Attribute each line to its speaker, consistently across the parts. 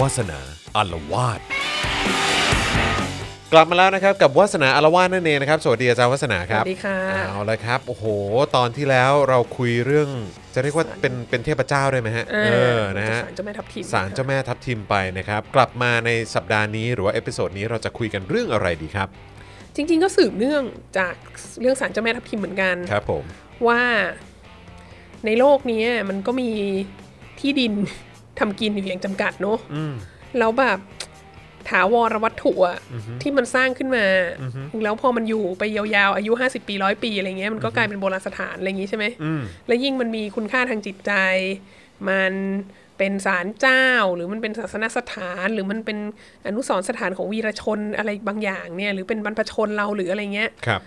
Speaker 1: วาสนาอารวาสกลับมาแล้วนะครับกับวาสนาอารวาสนั่นเองนะครับสวัสดีอาจารย์วาสนาครับ
Speaker 2: สวัสดีค่ะ
Speaker 1: เอาละครับโอ้โห ตอนที่แล้วเราคุยเรื่องจะเรียกว่าเป็นเป็นเทพเจ้าได้ไหมฮะ
Speaker 2: เออ
Speaker 1: นะฮะ
Speaker 2: สารเจ้าแม่ทับทิม
Speaker 1: สารเจ้าแม่ทับทิมไปนะครับ กลับมาในสัปดาห์นี้หรือว่าเอพิโซดนี้เราจะคุยกันเรื่องอะไรดีครับ
Speaker 2: จริง ๆ ก็สืบเนื่องจากเรื่องสารเจ้าแม่ทับทิมเหมือนกัน
Speaker 1: ครับผม
Speaker 2: ว่าในโลกเนี้ยมันก็มีที่ดิน ทำกินอยู่อย่างจำกัดเนอะ
Speaker 1: อืม
Speaker 2: แล้วแบบถาวรวัตถุอะ
Speaker 1: อือฮึ
Speaker 2: ที่มันสร้างขึ้นมา
Speaker 1: อือฮึ
Speaker 2: แล้วพอมันอยู่ไปยาวๆ อายุ 50 ปีร้อยปีอะไรเงี้ยมันก็กลายเป็นโบราณสถานอะไรอย่างงี้ใช่ไหม
Speaker 1: อืม
Speaker 2: และยิ่งมันมีคุณค่าทางจิตใจ มันเป็นศาลเจ้า หรือมันเป็นศาสนสถาน หรือมันเป็นอนุสรณ์สถานของวีรชนอะไรบางอย่างเนี่ย หรือเป็นบรรพชนเราหรืออะไรเงี้ย
Speaker 1: ครับ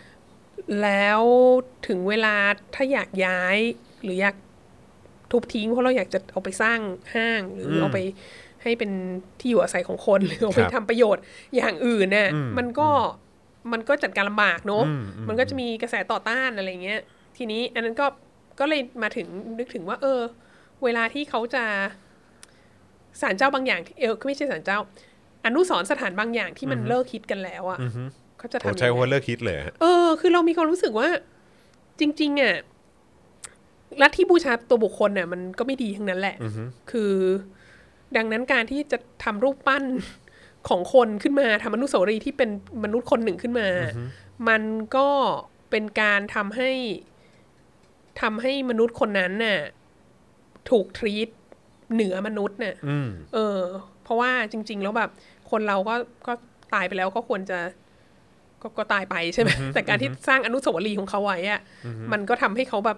Speaker 2: แล้วถึงเวลาถ้าอยากย้าย หรืออยากทุบทิ้งเพราะเราอยากจะเอาไปสร้างห้าง หรืออ
Speaker 1: ม
Speaker 2: เอาไปให้เป็นที่อยู่อาศัยของคน หรือเอาไป
Speaker 1: ครับ
Speaker 2: ทำประโยชน์อย่างอื่นเนี่ย
Speaker 1: อืม
Speaker 2: มันก็มันก็จัดการลำบากเนอะ
Speaker 1: อืมอืม
Speaker 2: มันก็จะมีกระแสต่อต้านอะไรเงี้ย ทีนี้อันนั้นก็ก็เลยมาถึงนึกถึงว่า เออ เวลาที่เขาจะศาลเจ้าบางอย่างที่เออไม่ใช่ศาลเจ้า อนุสรณ์สถานบางอย่างที่มันเลิกคิดกันแล้วอะ่ะ
Speaker 1: อือฮึ
Speaker 2: เขาจะทำ
Speaker 1: ผ
Speaker 2: ยั
Speaker 1: ม
Speaker 2: งไง
Speaker 1: ใช้คำว่าเลิกคิดเลยฮะ
Speaker 2: เออ คือเรามีความรู้สึกว่า จริง ๆอ่ะลัทธิบูชาตัวบุคคลเนี่ยมันก็ไม่ดีทั้งนั้นแหละ
Speaker 1: อือฮึ
Speaker 2: คือ ดังนั้นการที่จะทำรูปปั้นของคนขึ้นมาทำอนุสาวรีย์ที่เป็นมนุษย์คนหนึ่งขึ้นมา มันก็เป็นการทำให้ทำให้มนุษย์คนนั้นน่ะถูกทรีตเหนือมนุษย์น่ะ
Speaker 1: อืม
Speaker 2: เออ เพราะว่าจริง ๆ แล้วแบบคนเราก็ก็ตายไปแล้วก็ควรจะกก็ตายไปใช่ไหมแต่การที่สร้างอนุสาวรีย์ของเขาไว้อะมันก็ทำให้เขาแบบ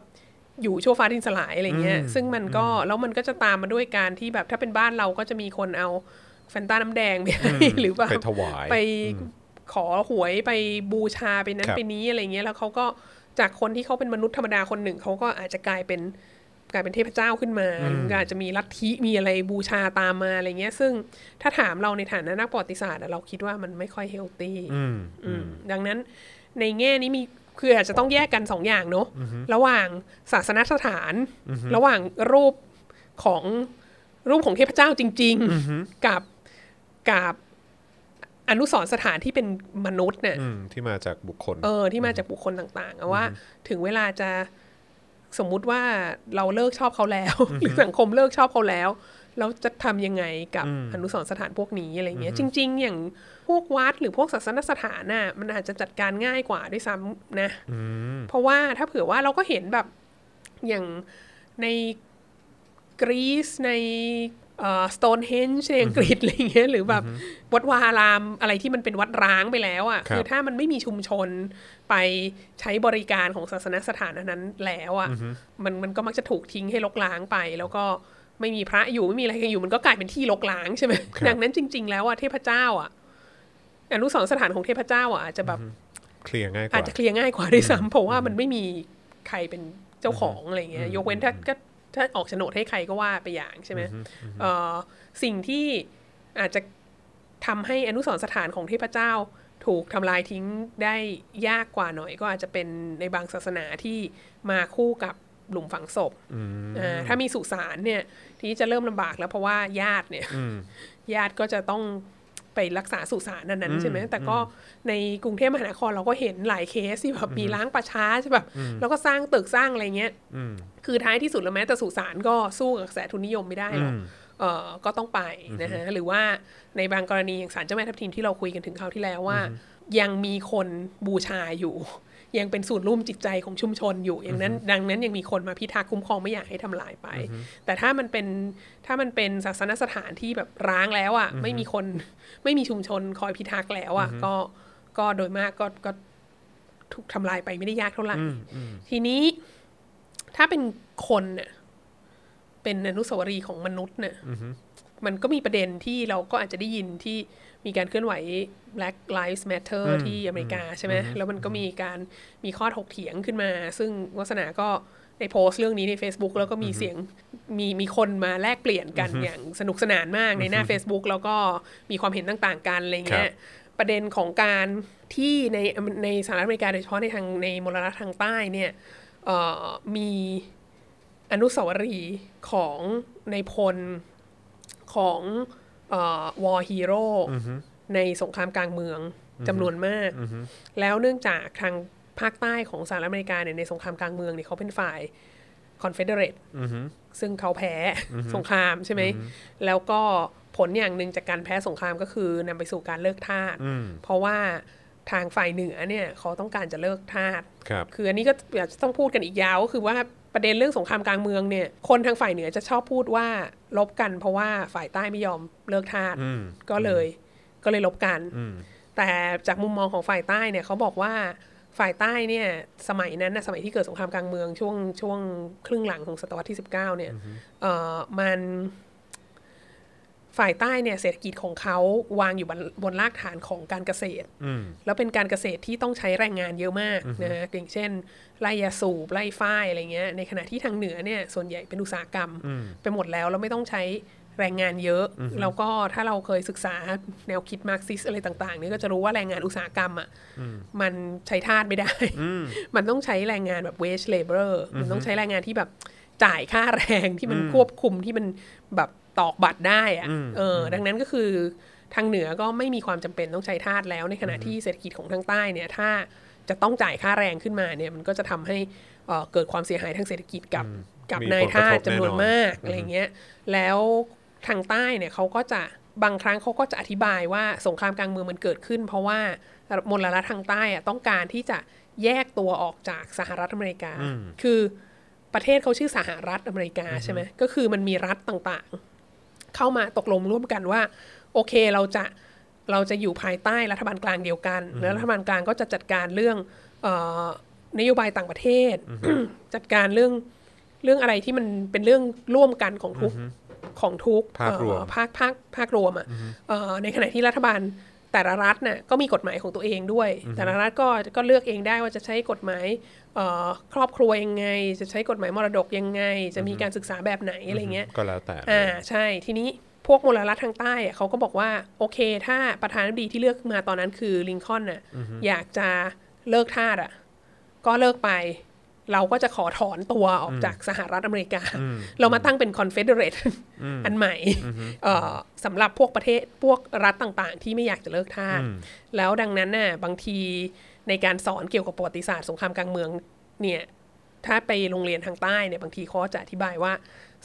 Speaker 2: อยู่ชั่วฟ้าดินสลายอะไรเงี้ยซึ่งมันก็แล้วมันก็จะตามมาด้วยการที่แบบถ้าเป็นบ้านเราก็จะมีคนเอาแฟนต้าน้ำแดงไปให้หรือว่า
Speaker 1: ไปถวาย
Speaker 2: ไปขอหวยไปบูชาไปนั้น
Speaker 1: ครับ
Speaker 2: ไปนี้อะไรเงี้ยแล้วเขาก็จากคนที่เขาเป็นมนุษย์ธรรมดาคนหนึ่งเขาก็อาจจะกลายเป็นกลายเป็นเทพเจ้าขึ้นมาหรืออาจจะมีลัทธิมีอะไรบูชาตามมาอะไรเงี้ย ซึ่งถ้าถามเราในฐานะนักประวัติศาสตร์อะเราคิดว่ามันไม่ค่อยเฮลตี้
Speaker 1: อืม
Speaker 2: อืมดังนั้นในแง่นี้มีคืออาจจะต้องแยกกันสองอย่างเนอะระหว่างศาสนสถาน ระหว่างรูปของรูปของเทพเจ้าจริง ๆ กับกับอนุสรณ์สถานที่เป็นมนุษย์เนี่ย
Speaker 1: อืมที่มาจากบุคคล
Speaker 2: เออที่มาจากบุคคลต่างๆอะว่าถึงเวลาจะสมมุติว่าเราเลิกชอบเขาแล้ว ห รือสังคมเลิกชอบเขาแล้ว เราจะทำยังไงกับ
Speaker 1: อืม
Speaker 2: อนุสรณ์สถานพวกนี้อะไรเงี้ยจริง ๆ อย่างพวกวัดหรือพวกศาสนสถานน่ะมันอาจจะจัดการง่ายกว่าด้วยซ้ำนะ
Speaker 1: ม
Speaker 2: เพราะว่าถ้าเผื่อว่าเราก็เห็นแบบอย่างในกรีซในสโตนเฮนช์ในอังกฤษอะไรเงี้ยหรือแบบวัดวาอารามอะไรที่มันเป็นวัดร้างไปแล้วอะ่ะ
Speaker 1: ครับ
Speaker 2: คือถ้ามันไม่มีชุมชนไปใช้บริการของศาสนสถานอันนั้นแล้วอะ่ะมันมันก็มักจะถูกทิ้งให้รกร้างไป แล้วก็ไม่มีพระอยู่ไม่มีอะไรกันอยู่มันก็กลายเป็นที่รกร้างใช่ไหม
Speaker 1: ครับ
Speaker 2: ดังนั้นจริง ๆ แล้วอะ่ะเทพเจ้าอะ่ะอนุสรณ์สถานของเทพเจ้าอะ่ะอาจจะแบบ
Speaker 1: เคลียร์ง่ายก
Speaker 2: อาจ
Speaker 1: ว่า
Speaker 2: จะเคลียร์ง่ายกว่าด้วยซ้ำเพราะว่ามันไม่มีใครเป็นเจ้าของอะไรเงี้ยยกเว้นถ้าก็ถ้าออกโฉนดให้ใครก็ว่าไปอย่างใช่ไหมเอ่อสิ่งที่อาจจะทำให้อนุสรณ์สถานของเทพเจ้า ถูกทำลายทิ้งได้ยากกว่าหน่อย ก็อาจจะเป็นในบางศาสนาที่มาคู่กับหลุมฝังศพอ่าถ้ามีสุสานเนี่ยทีนี้จะเริ่มลำบากแล้วเพราะว่าญาติเนี่ย
Speaker 1: อืม
Speaker 2: ญาติก็จะต้องไปรักษาสุสานอันนั้น
Speaker 1: อืม
Speaker 2: ใช่ไหมแต่ก็ในกรุงเทพมหานครเราก็เห็นหลายเคสที่แบบมีล้างประช้าใช่แบบแล้วก็สร้างตึกสร้างอะไรเงี้ย
Speaker 1: อืม
Speaker 2: คือท้ายที่สุดแล้วแม้แต่สุสานก็สู้กับกระแสทุนนิยมไม่ได้หรอกเออก็ต้องไปนะฮะหรือว่าในบางกรณีอย่างศาลเจ้าแม่ทับทิมที่เราคุยกันถึงคราวที่แล้วว่า ยังมีคนบูชาอยู่ ยังเป็นศูนย์ร่วมจิตใจของชุมชนอยู่ อย่างนั้น ดังนั้นยังมีคนมาพิทักษ์คุ้มครองไม่อยากให้ทำลายไป แต่ถ้ามันเป็นถ้ามันเป็นศาสนสถานที่แบบร้างแล้วอะ่ะ ไม่มีคนไม่มีชุมชนคอยพิทักษ์แล้วอะ่ะ ก็ก็โดยมากก็ก็ถูกทำลายไปไม่ได้ยากเท่าไหร่ ทีนี้ถ้าเป็นคนเนี่ยเป็นอนุสาวรีย์ของมนุษย์เนี่ยมันก็มีประเด็นที่เราก็อาจจะได้ยินที่มีการเคลื่อนไหว Black Lives Matter
Speaker 1: อืม
Speaker 2: ที่อเมริกาใช่ไหมแล้วมันก็มีการมีข้อถกเถียงขึ้นมา ซึ่งวัสนาก็ได้โพสต์เรื่องนี้ใน Facebook แล้วก็มีเสียงมีมีคนมาแลกเปลี่ยนกันอย่างสนุกสนานมากในหน้า Facebook แล้วก็มีความเห็นต่างๆกันอะไรเงี้ย ประเด็นของการที่ในในสหรัฐอเมริกาโดยเฉพาะในทางในมลรัฐทางใต้เนี่ยเอ่อมีอนุสาวรีย์ของในายพลของ วอร์ฮีโร่ war hero ในสงครามกลางเมืองจำนวนมาก แล้วเนื่องจากทางภาคใต้ของสหรัฐอเมริกาเนี่ยในสงครามกลางเมืองเนี่ยเขาเป็นฝ่ายคอนเฟเดเรต
Speaker 1: อือหือ
Speaker 2: ซึ่งเขาแพ้สงครามใช่ไหม แล้วก็ผลอย่างหนึ่งจากการแพ้สงครามก็คือนำไปสู่การเลิกทาส
Speaker 1: อืม
Speaker 2: เพราะว่าทางฝ่ายเหนือเนี่ยเขาต้องการจะเลิกทาส
Speaker 1: ครับ
Speaker 2: คืออันนี้ก็อยากจะต้องพูดกันอีกยาวก็คือว่าประเด็นเรื่องสงครามกลางเมืองเนี่ย คนทางฝ่ายเหนือจะชอบพูดว่าลบกัน เพราะว่าฝ่ายใต้ไม่ยอมเลิกทาส
Speaker 1: อืม
Speaker 2: ก็เลยก็เลยลบกัน
Speaker 1: อืม
Speaker 2: แต่จากมุมมองของฝ่ายใต้เนี่ยเขาบอกว่าฝ่ายใต้เนี่ยสมัยนั้นนะสมัยที่เกิดสงครามกลางเมืองช่วงช่วงครึ่งหลังของศตวรรษที่ 19เนี่ยเอ่อมันฝ่ายใต้เนี่ยเศรษฐกิจของเขาวางอยู่บนบนรากฐานของการเกษตร
Speaker 1: อืม
Speaker 2: แล้วเป็นการเกษตรที่ต้องใช้แรงงานเยอะมากนะฮะอย่างเช่นไร่ยาสูบไร่ฝ้ายอะไรเงี้ยในขณะที่ทางเหนือเนี่ยส่วนใหญ่เป็นอุตสาหกรรม
Speaker 1: อืม
Speaker 2: ไปหมดแล้ว แล้วไม่ต้องใช้แรงงานเยอะ แล้วก็ถ้าเราเคยศึกษาแนวคิดมาร์กซิสอะไรต่าง ๆ เนี่ยก็จะรู้ว่าแรงงานอุตสาหกรรมอ่ะมันใช้ทาสไม่ได้ มันต้องใช้แรงงานแบบ wage labor มันต้องใช้แรงงานที่แบบจ่ายค่าแรงที่มันควบคุมที่มันแบบตอกบัตรได้อ่ะ
Speaker 1: อืม
Speaker 2: เอออดังนั้นก็คือทางเหนือก็ไม่มีความจำเป็นต้องใช้ทาสแล้ว ในขณะที่เศรษฐกิจของทางใต้เนี่ยถ้าจะต้องจ่ายค่าแรงขึ้นมาเนี่ยมันก็จะทำให้เอ่อเกิดความเสียหายทางเศรษฐกิจกับ กับ
Speaker 1: มี
Speaker 2: นาย
Speaker 1: ผลกระ
Speaker 2: ทา
Speaker 1: ท
Speaker 2: ส
Speaker 1: บแน่
Speaker 2: จำนวน
Speaker 1: นอน
Speaker 2: มากอะไรเงี้ย แล้วทางใต้เนี่ยเขาก็จะบางครั้งเขาก็จะอธิบายว่าสงครามกลางเมืองมันเกิดขึ้น เพราะว่ามลรัฐทางใต้อะต้องการที่จะแยกตัวออกจากสหรัฐอเมริกา คือประเทศเขาชื่อสหรัฐอเมริกาใช่ไหมก็คือมันมีรัฐต่างๆ เข้ามาตกลงร่วมกันว่า โอเคเราจะเราจะอยู่ภายใต้รัฐบาลกลางเดียวกัน แล้วรัฐบาลกลางก็จะจัดการเรื่องเออนโยบายต่างประเทศ จัดการเรื่องเรื่องอะไรที่มันเป็นเรื่องร่วมกันของทุกของทุก
Speaker 1: ภาพรวม
Speaker 2: เอ่อภาคภาคภาครวมอ่ะเอ่อในขณะที่รัฐบาลแต่ละรัฐน่ะก็มีกฎหมายของตัวเองด้วย แต่ละรัฐก็ก็เลือกเองได้ว่าจะใช้กฎหมายเอ่อครอบครัวยังไง จะใช้กฎหมายมรดกยังไง จะมีการศึกษาแบบไหนอะไรเงี้ย
Speaker 1: ก็แล้วแต่
Speaker 2: อ่าใช่ทีนี้พวกมลรัฐทางใต้อะเขาก็บอกว่า โอเค ถ้าประธานาธิบดีที่เลือกมาตอนนั้นคือลิงคอล์นน่ะอยากจะเลิกทาสอ่ะ ก็เลิกไป เราก็จะขอถอนตัวออกจากสหรัฐอเมริกา เรามาตั้งเป็นคอนเฟเดเรตอันใหม่เอ่อสำหรับพวกประเทศพวกรัฐต่างๆ ที่ไม่อยากจะเลิกทาสแล้วดังนั้นน่ะบางทีในการสอนเกี่ยวกับประวัติศาสตร์สงครามกลางเมืองเนี่ย ถ้าไปโรงเรียนทางใต้เนี่ยบางทีเขาจะอธิบายว่า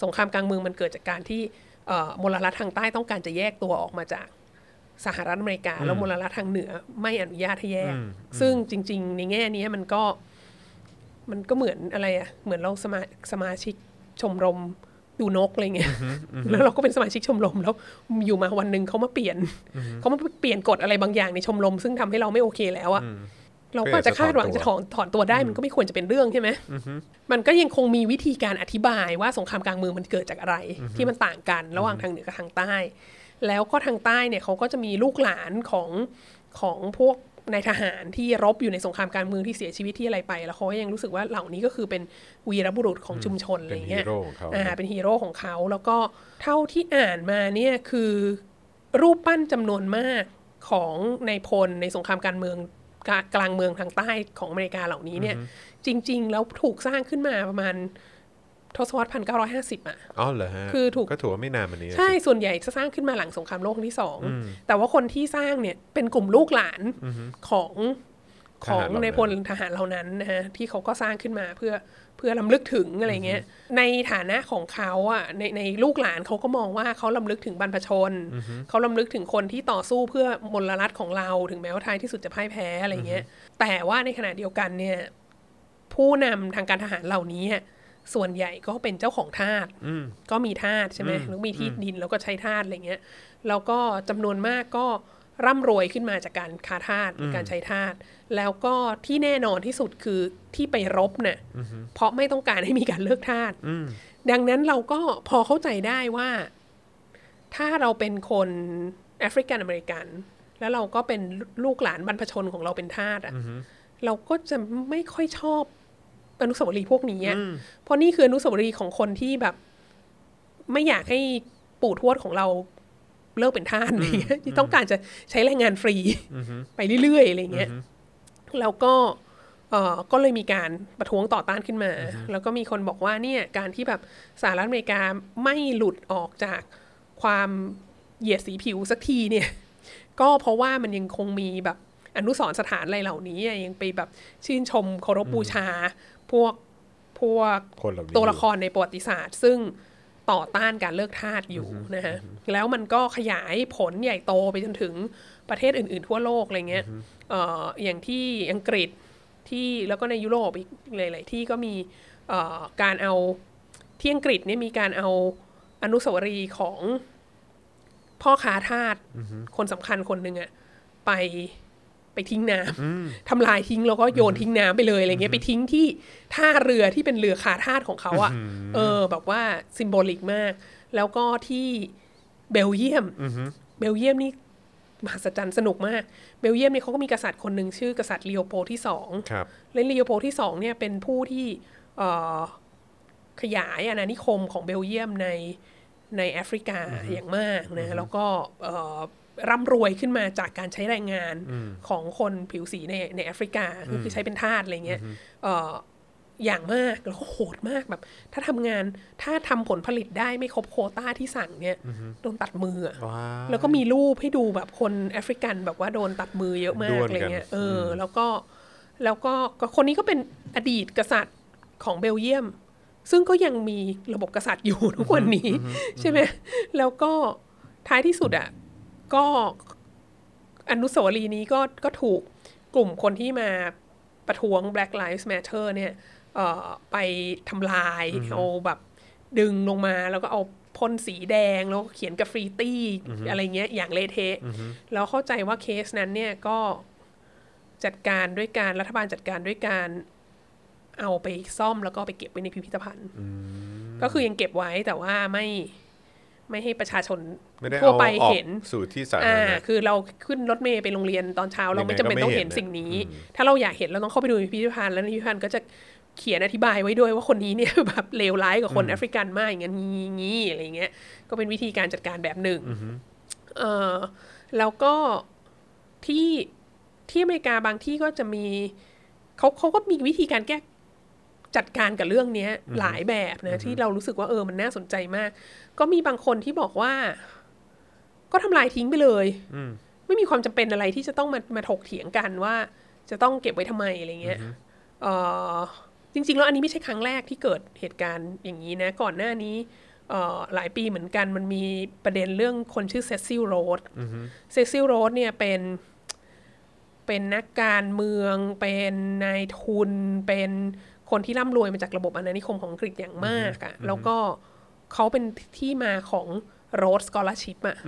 Speaker 2: สงครามกลางเมืองมันเกิดจากการที่เอ่อมลรัฐทางใต้ต้องการจะแยกตัวออกมาจากสหรัฐอเมริกา แล้วมลรัฐทางเหนือไม่อนุญาตให้แยก ซึ่งจริง ๆ ในแง่เนี้ยมันก็มันก็เหมือนอะไรอะเหมือนเราสมาสมาชิกชมรมดูนกอะไรเงี้ยแล้วเราก็เป็นสมาชิกชมรมแล้วอยู่มาวันหนึ่งเขามาเปลี่ยนเขามาเปลี่ยนกฎอะไรบางอย่างในชมรม ซึ่งทำให้เราไม่โอเคแล้วอะเราก็อาจจะคาดหวังจะถอนถอนตัวได้มันก็ไม่ควรจะเป็นเรื่องใช่ไหม มันก็ยังคงมีวิธีการอธิบายว่าสงครามกลางเมืองมันเกิดจากอะไร ที่มันต่างกันระหว่างทางเหนือกับทางใต้ แล้วก็ทางใต้เนี่ยเขาก็จะมีลูกหลานของของพวกนายทหารที่รบอยู่ในสงครามกลางเมืองที่เสียชีวิตที่อะไรไป แล้วเขาก็ยังรู้สึกว่าเหล่านี้ก็คือเป็นวีรบุรุษของชุมชนอะไร
Speaker 1: เป็น
Speaker 2: อย่าง
Speaker 1: ฮี
Speaker 2: เงี้ย
Speaker 1: โร่ของเขา
Speaker 2: อ่าเป็นฮีโร่ของเขาแล้วก็เท่าที่อ่านมาเนี่ยคือรูปปั้นจำนวนมากของนายพลในสงครามการเมืองกลากลางเมืองทางใต้ของอเมริกาเหล่านี้เนี่ย จริง ๆ แล้วถูกสร้างขึ้นมาประมาณทศวรรษพันเก้าร้อยห้าสิบอ่ะ
Speaker 1: อ๋อเหรอฮะ
Speaker 2: คือถูก
Speaker 1: ก็ถือว่าไม่นานมานี้
Speaker 2: ใช่ส่วนใหญ่จะสร้างขึ้นมาหลังสงครามโลกครั้งที่สองแต่ว่าคนที่สร้างเนี่ยเป็นกลุ่มลูกหลานของของในพลทหารเหล่านั้นนะฮะที่เขาก็สร้างขึ้นมาเพื่อเพื่อลำลึกถึงอะไรเงี้ยในฐานะของเขาอ่ะในในลูกหลานเขาก็มองว่าเขาลำลึกถึงบรรพชน เขาลำลึกถึงคนที่ต่อสู้เพื่อมลรัฐของเราถึงแม้ว่าท้ายที่สุดจะพ่ายแพ้อะไรเงี้ยแต่ว่าในขณะเดียวกันเนี่ยผู้นำทางการทหารเหล่านี้อะส่วนใหญ่ก็เป็นเจ้าของทาส
Speaker 1: อืม
Speaker 2: ก็มีธาตุใช่ไหม
Speaker 1: อืม
Speaker 2: แล้วมีที่ดินแล้วก็ใช้ธาตุอะไรเงี้ย แล้วก็จำนวนมากก็ร่ำรวยขึ้นมาจากการค้าธาตุหรือการใช้ธาตุ แล้วก็ที่แน่นอนที่สุดคือที่ไปรบเนี่ยเพราะไม่ต้องการให้มีการเลิกธาตุ
Speaker 1: อืม
Speaker 2: ดังนั้นเราก็พอเข้าใจได้ว่าถ้าเราเป็นคนแอฟริกันอเมริกัน แล้วเราก็เป็นลูกหลานบรรพชนของเราเป็นทาสอะเราก็จะไม่ค่อยชอบอนุสาวรีย์พวกนี้อะเพราะนี่คืออนุสาวรีย์ของคนที่แบบ ไม่อยากให้ปู่ทวดของเราเลิกเป็นทาสอะไรเงี้ย ที่ต้องการจะใช้แรงงานฟรีไปเรื่อยๆอะไรเงี้ยแล้วก็ เอ่อก็เลยมีการประท้วงต่อต้านขึ้นมา แล้วก็มีคนบอกว่าเนี่ยการที่แบบสหรัฐอเมริกาไม่หลุดออกจากความ เหยียดสีผิวสักทีเนี่ย ก็เพราะว่ามันยังคงมีแบบอนุสรณ์สถานอะไรเหล่านี้อะยังไปแบบชื่นชมเคารพบูชา พวกพวก
Speaker 1: คนเหล่านี้
Speaker 2: ตัวละครในประวัติศาสตร์ ซึ่งต่อต้านการเลิกทาสอยู่นะฮะแล้วมันก็ขยายผลใหญ่โตไปจนถึงประเทศอื่น ๆ ทั่วโลกอะไรเงี้ยเอ่ออย่างที่อังกฤษที่แล้วก็ในยุโรปอีกหลาย ๆ ที่ก็มีเอ่อการเอาที่อังกฤษเนี่ยมีการเอาอนุสาวรีย์ของพ่อค้าทาสคนสำคัญคนหนึ่งอะไปไปทิ้งน้ำ
Speaker 1: อืม
Speaker 2: ทำลายทิ้งแล้วก็โยนทิ้งน้ำไปเลยอะไรเงี้ยไปทิ้งที่ท่าเรือที่เป็นเรือขาทาสของเขาอะ่ะ เออ แบบว่าซิมโบลิกมาก แล้วก็ที่เบลเยียมเบลเยียมนี่มหัศจรรย์สนุกมาก เบลเยียมเนี่ยเขาก็มีกษัตริย์คนหนึ่งชื่อกษัตริย์เลโอโปลที่สอง
Speaker 1: ครับ
Speaker 2: และเลโอโปลที่สองเนี่ยเป็นผู้ที่เอ่อขยายอาณานิคมของเบลเยียมในในแอฟริกาอย่างมากนะแล้วก็เอ่อร่ำรวยขึ้นมาจากการใช้แรงงาน
Speaker 1: อืม
Speaker 2: ของคนผิวสีในในแอฟริกาก็คือใช้เป็นทาสอะไรเงี้ยเอออย่างมากแล้วก็โหดมากแบบ ถ้าทำงานถ้าทำผลผลิตได้ไม่ครบโควต้าที่สั่งเนี่ยโดนตัดมืออะ
Speaker 1: ว้าว
Speaker 2: แล้วก็มีรูปให้ดูแบบคนแอฟริกันแบบว่าโดนตัดมือเยอะมา
Speaker 1: ด้
Speaker 2: ก
Speaker 1: วนกัน
Speaker 2: อะไรเงี้ยเอออ
Speaker 1: ม
Speaker 2: แล้วก็แล้วก็ก็คนนี้ก็เป็นอดีตกษัตริย์ของเบลเยียม ซึ่งก็ยังมีระบบกษัตริย์อยู่ ทุกวันนี้ใช่ไหมแล้วก็ท้ายที่สุดอ่ะก็ อนุสาวรีย์นี้ก็ก็ถูกกลุ่มคนที่มาประท้วง Black Lives Matter เนี่ยเอ่อไปทำลายเอาแบบดึงลงมาแล้วก็เอาพ่นสีแดงแล้วก็เขียนกับฟรีตี้อะไรเงี้ยอย่างเละเทะแล้วเข้าใจว่าเคสนั้นเนี่ยก็จัดการด้วยการรัฐบาลจัดการด้วยการเอาไปซ่อมแล้วก็เอาไปเก็บไว้ในพิพิธภัณฑ์ ก็คือยังเก็บไว้แต่ว่าไม่ไม่ให้ประชาชน
Speaker 1: ไม่ได้
Speaker 2: ทั่ว
Speaker 1: เอา
Speaker 2: ไป
Speaker 1: ออก
Speaker 2: เห็น
Speaker 1: สู่ที่สาธา
Speaker 2: อ่าร
Speaker 1: ณะ
Speaker 2: คือเราขึ้นรถเมย์ไปโรงเรียนตอนเช้าเราไม่
Speaker 1: ยั
Speaker 2: จำ
Speaker 1: งไงก็
Speaker 2: เป็นต้องเห็น
Speaker 1: ไม่เห็น
Speaker 2: สิ่งนี้
Speaker 1: อืม
Speaker 2: ถ้าเราอยากเห็นเราต้องเข้าไปดูในพิพิธภัณฑ์แล้วในพิพิธภัณฑ์ก็จะเขียนอธิบายไว้ด้วยว่าคนนี้เนี่ย แบบเลวร้ายกว่าคนแอฟริกันมากอย่างนั้นงี้งี้อะไรเงี้ยก็เป็นวิธีการจัดการแบบหนึ่งเออแล้วก็ที่ที่อเมริกาบางที่ก็จะมีเขาเขาก็มีวิธีการแก้จัดการกับเรื่องเนี้ยหลายแบบนะที่เรารู้สึกว่าเออมันน่าสนใจมาก ก็มีบางคนที่บอกว่า ก็ทำลายทิ้งไปเลย
Speaker 1: อืม
Speaker 2: ไม่มีความจำเป็นอะไรที่จะต้องมามาถกเถียงกันว่า จะต้องเก็บไว้ทำไมอะไรเงี้ยเอ่อจริง ๆ แล้วอันนี้ไม่ใช่ครั้งแรกที่เกิดเหตุการณ์อย่างนี้นะ ก่อนหน้านี้เอ่อหลายปีเหมือนกันมันมีประเด็นเรื่องคนชื่อเซซิลโรสเซซิลโรสเนี่ยเป็นเป็นนักการเมือง เป็นนายทุน เป็นคนที่ร่ำรวยมาจากระบบอาณานิคมของอังกฤษอย่างมากอะ่ะแล้วก็เขาเป็นที่มาของโรสสกอล r s ชิพอ่ะ